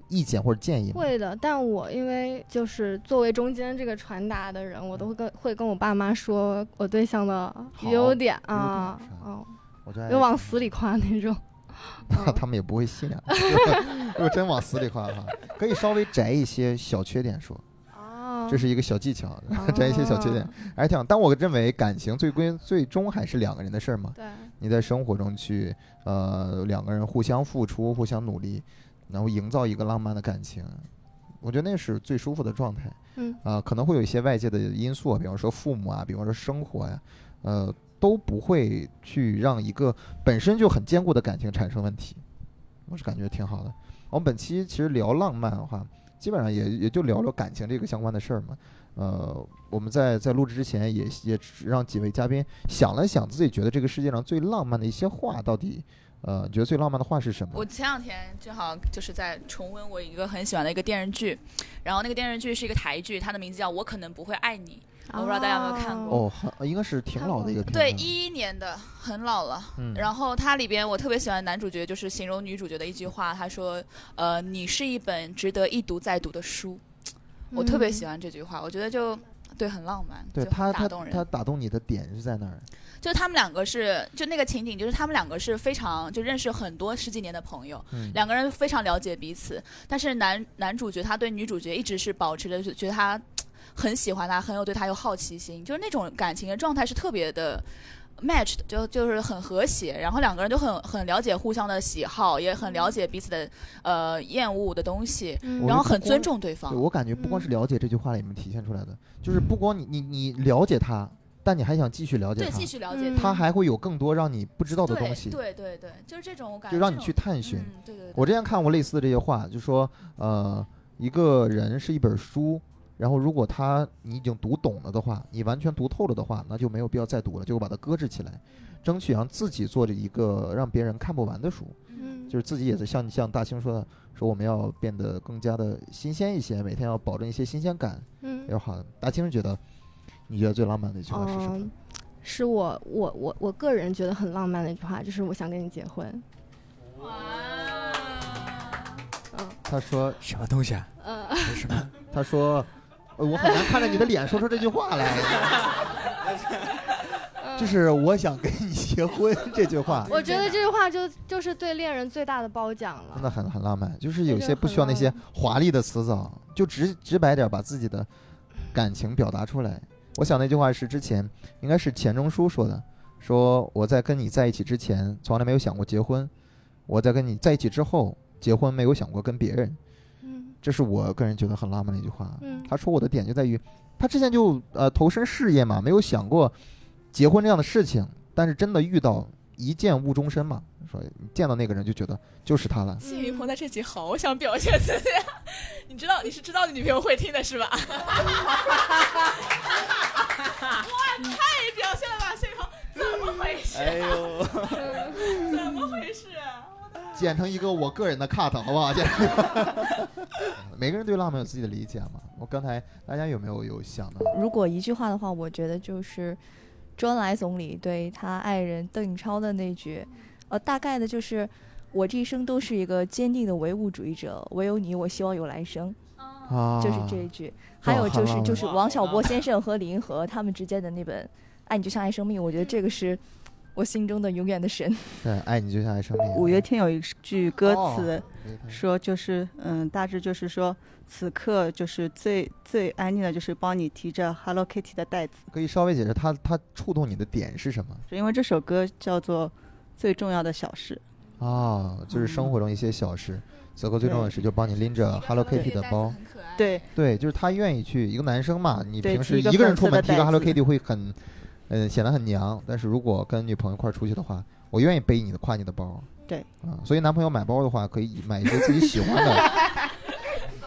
意见或者建议吗？
会的，但我因为就是作为中间这个传达的人，我都会跟会跟我爸妈说我对象的优点啊，哦，
我就爱
就往死里夸 那种。嗯
他们也不会信啊。如果真往死里夸的话，可以稍微摘一些小缺点说。
哦，
这是一个小技巧，摘一些小缺点，还是挺好。但我认为感情最归最终还是两个人的事儿嘛。
对
你在生活中去呃两个人互相付出、互相努力，然后营造一个浪漫的感情，我觉得那是最舒服的状态。
嗯
啊、可能会有一些外界的因素啊，比方说父母啊，比方说生活呀、呃，都不会去让一个本身就很坚固的感情产生问题。我是感觉挺好的。我们本期其实聊浪漫的话，基本上也也就聊聊感情这个相关的事儿嘛。呃，我们在在录制之前也也让几位嘉宾想了想自己觉得这个世界上最浪漫的一些话到底，呃，你觉得最浪漫的话是什么？
我前两天正好就是在重温我一个很喜欢的一个电视剧，然后那个电视剧是一个台剧，它的名字叫《我可能不会爱你》，
嗯
哦
我不知道大家有没有看过。
哦，很应该是挺老的一个片子
嗯对，
了
一一年的，很老了。
嗯
然后它里边我特别喜欢男主角，就是形容女主角的一句话，他说：“呃，你是一本值得一读再读的书。”我特
嗯
别喜欢这句话，我觉得就对很浪漫，
对
就很
他
打
他
动人。
他打动你的点是在哪儿？
就他们两个是，就那个情景，就是他们两个是非常就认识很多十几年的朋友，
嗯
两个人非常了解彼此。但是男男主角他对女主角一直是保持着就觉得他很喜欢她，很有对她有好奇心，就是那种感情的状态是特别的。 match 的，就就是很和谐，然后两个人就很很了解互相的喜好，也很了解彼此的呃厌恶的东西，
嗯
我
然后
觉得
很
不
尊
光
重对方。
我感觉不
嗯
光是了解这句话里面体现出来的，就是不光你你你了解他，但你还想继续了解
对
他，
继续了
嗯
解
他
他
还会有更多让你不知道的
对
东西，
对对对，就是这种我感觉
就让你
这
去
种
探寻。
嗯对对对，
我之前看过类似的这些话，就说呃，一个人是一本书，然后如果他你已经读懂了的话，你完全读透了的话，那就没有必要再读了，就把它搁置起来，争取让自己做着一个让别人看不完的书。
嗯
就是自己也是像你像大兴说的，说我们要变得更加的新鲜一些，每天要保证一些新鲜感，
嗯
要好。大兴觉得，你觉得最浪漫的一句话是什么？
嗯，是我我我我个人觉得很浪漫的一句话，就是我想跟你结婚。
他说什么东西啊？
嗯，
什么？他说，呃我很难看着你的脸说出这句话来，就是我想跟你结婚这句话。
我觉得这句话就就是对恋人最大的褒奖了。
真的很很浪漫，就是有
这
些
个
不
很
需要那
浪
些华丽的辞藻，就直直白点儿把自己的感情表达出来。我想那句话是之前应该是钱钟书说的，说我在跟你在一起之前从来没有想过结婚，我在跟你在一起之后结婚没有想过跟别人。这是我个人觉得很浪漫的一句话。
嗯
他说我的点就在于，他之前就呃投身事业嘛，没有想过结婚这样的事情，但是真的遇到一见误终身嘛，说见到那个人就觉得就是他了。
谢
嗯
云鹏在这集好想表现自己，你知道你是知道你女朋友会听的是吧？ 哇，太表现了吧，谢云鹏，怎么回
啊
事、
哎呦
怎么回事、
剪成一个我个人的 cut 好不好？剪成 每个人对浪漫有自己的理解嘛。我刚才大家有没有有想到？
如果一句话的话，我觉得就是周恩来总理对他爱人邓颖超的那句，呃，大概的就是我这一生都是一个坚定的唯物主义者，唯有你，我希望有来生。
啊
就是这一句，还有
哇
就是
好浪
就是
漫
王小波先生和李银河他们之间的那本《爱你就像爱生命》，我觉得这个是我心中的永远的神。
对，爱你就像爱生命。
五月天有一句歌词
哦没看
说，就是嗯，大致就是说，此刻就是最最安静的，就是帮你提着 Hello Kitty 的袋子。
可以稍微解释他他触动你的点是什么
因为这首歌叫做《最重要的小事
啊？就是生活中一些小
嗯
事。此刻最重要的是，就帮你拎着 Hello Kitty 的包。》，
对，
对，就是他愿意去一个男生嘛，你
对
平
提
时
一个
个
粉
人出
色的
门提个
袋
Hello
子
Kitty 会很，呃，显得很娘。但是如果跟女朋友一块儿出去的话，我愿意背你的挎你的包。
对，
啊，所以男朋友买包的话，可以买一些自己喜欢 的，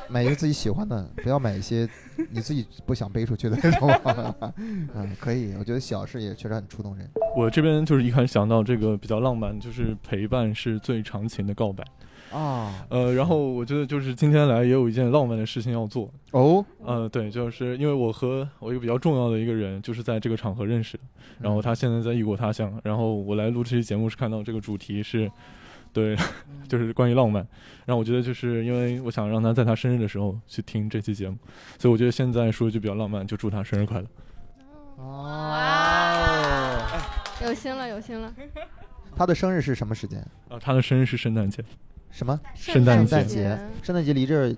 买一些自己喜欢的，不要买一些你自己不想背出去的那种。 嗯，可以，我觉得小事也确实很触动人。
我这边就是一开始想到这个比较浪漫，就是陪伴是最长情的告白。
啊，
呃，然后我觉得就是今天来也有一件浪漫的事情要做
哦。
呃，对，就是因为我和我一个比较重要的一个人，就是在这个场合认识的，然后他现在在异国他乡，然后我来录这期节目是看到这个主题是，对， 就是关于浪漫，然后我觉得就是因为我想让他在他生日的时候去听这期节目，所以我觉得现在说一句比较浪漫，就祝他生日快乐。
哦
有心了，有心了。
他的生日是什么时间？
啊，他的生日是圣诞节。
什么？
圣诞
圣诞
节
节，圣诞节离这儿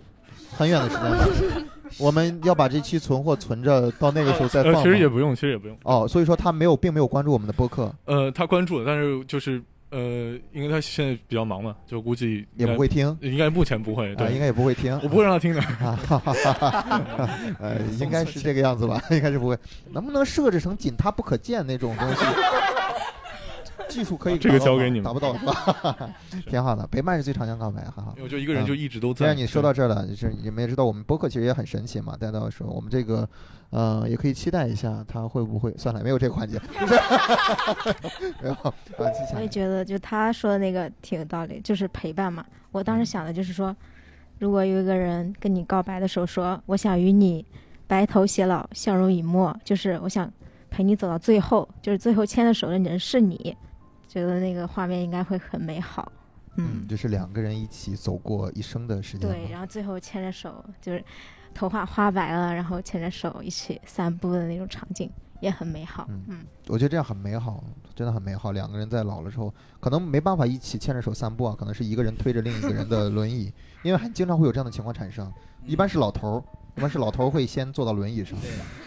很远的时间吧？我们要把这期存货存着，到那个时候再放
呃
吗。
其实也不用，其实也不用。
哦，所以说他没有，并没有关注我们的播客，
呃，他关注了，但是就是呃，因为他现在比较忙嘛，就估计应该
也不会听啊
应该目前不会，对，
啊应该也不会听
我不会让他听的。
呃，应该是这个样子吧？ 应该是不会。能不能设置成仅他不可见那种东 西？技术可以达
这
到吗，
个交给你们
达不到是吧？ 挺好的，陪伴是最长情告白，哈哈。
因为我就一个人
嗯
就一直都
既然
在
你说到这儿了，就是你们也知道，我们播客其实也很神奇嘛。大家都说我们这个，呃，也可以期待一下，他会不会算了，没有这个环节， 就是没有啊，接下
我
来
也觉得，就他说的那个挺有道理，就是陪伴嘛。我当时想的就是说，如果有一个人跟你告白的时候说“我想与你白头偕老，相濡以沫”，就是我想陪你走到最后，就是最后牵着手的人是你，觉得那个画面应该会很美好。
嗯，就是两个人一起走过一生的时间。
对，然后最后牵着手，就是头发花白了，然后牵着手一起散步的那种场景也很美好。嗯
我觉得这样很美好，真的很美好。两个人在老了之后，可能没办法一起牵着手散 步啊，可能是一个人推着另一个人的轮椅，因为还经常会有这样的情况产生。一般是老头儿一般是老头儿会先坐到轮椅上，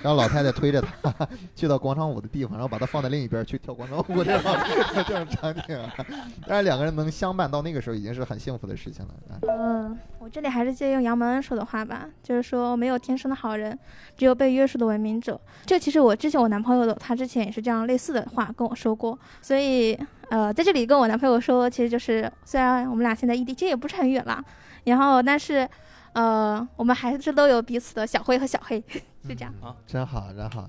然后老太太推着他 去到广场舞的地方，然后把他放在另一边儿去跳广场舞这种 这种场景啊。当然，两个人能相伴到那个时候已经是很幸福的事情了。啊
嗯，我这里还是借用杨蒙恩说的话吧，就是说没有天生的好人，只有被约束的文明者。这其实我之前我男朋友的他之前也是这样类似的话跟我说过，所以呃，在这里跟我男朋友说，其实就是虽然我们俩现在异地，这也不是很远了，然后但是呃，我们还是都有彼此的小灰和小黑，就
嗯
这样。
真好，真好。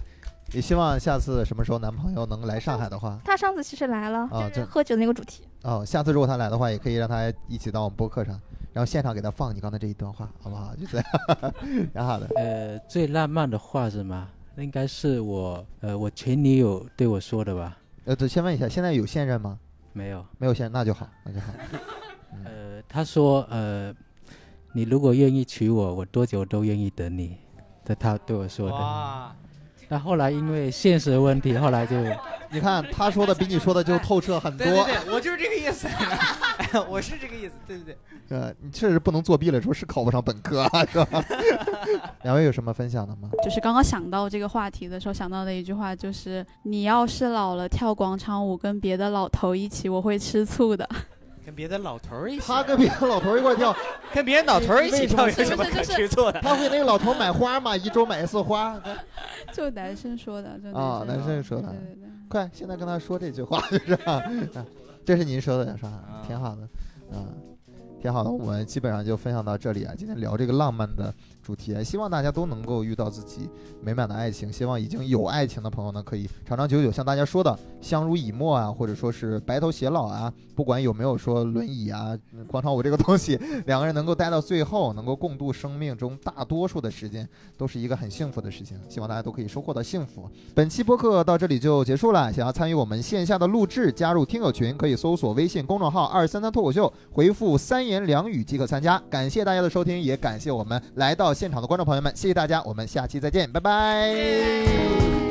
也希望下次什么时候男朋友能来上海的话，
他上次其实来了，就
啊，这
是喝酒那个主题。
哦，下次如果他来的话，也可以让他一起到我们播客上，然后现场给他放你刚才这一段话，好不好？就这样， 然后的。
呃，最浪漫的话是吗？那应该是我呃我前女友对我说的吧？
呃，对，先问一下，现在有现任吗？
没有，
没有现任，那就好，那就好。
呃，她说呃，你如果愿意娶我，我多久都愿意等你。这她对我说的。那后来因为现实问题，后来就
你看他说的比你说的就透彻很多
对。对对，我就是这个意思，哎 我是这个意思，对对对。
呃，你确实不能作弊了，说是考不上本科啊，是吧？两位有什么分享的吗？
就是刚刚想到这个话题的时候，想到的一句话就是：“你要是老了跳广场舞，跟别的老头一起，我会吃醋的。
跟别的老头儿一起，
他跟别的老头儿一块儿跳，
跟别的老头儿一起跳有什么可吃醋的？
他会那个老头买花吗？一周买一次花啊、”
就男生说的，就
男生说的
对对对。
快，现在跟他说这句话， 就是、啊，这是您说的，是吧？挺好的，啊，挺好的。我们基本上就分享到这里啊。今天聊这个浪漫的主题，希望大家都能够遇到自己美满的爱情。希望已经有爱情的朋友呢，可以长长久久，像大家说的相濡以沫啊，或者说是白头偕老啊。不管有没有说轮椅啊、广场舞这个东西，两个人能够待到最后，能够共度生命中大多数的时间，都是一个很幸福的事情。希望大家都可以收获到幸福。本期播客到这里就结束了。想要参与我们线下的录制，加入听友群，可以搜索微信公众号“二三三脱口秀”，回复“三言两语”即可参加。感谢大家的收听，也感谢我们来到现场的观众朋友们，谢谢大家，我们下期再见，拜拜。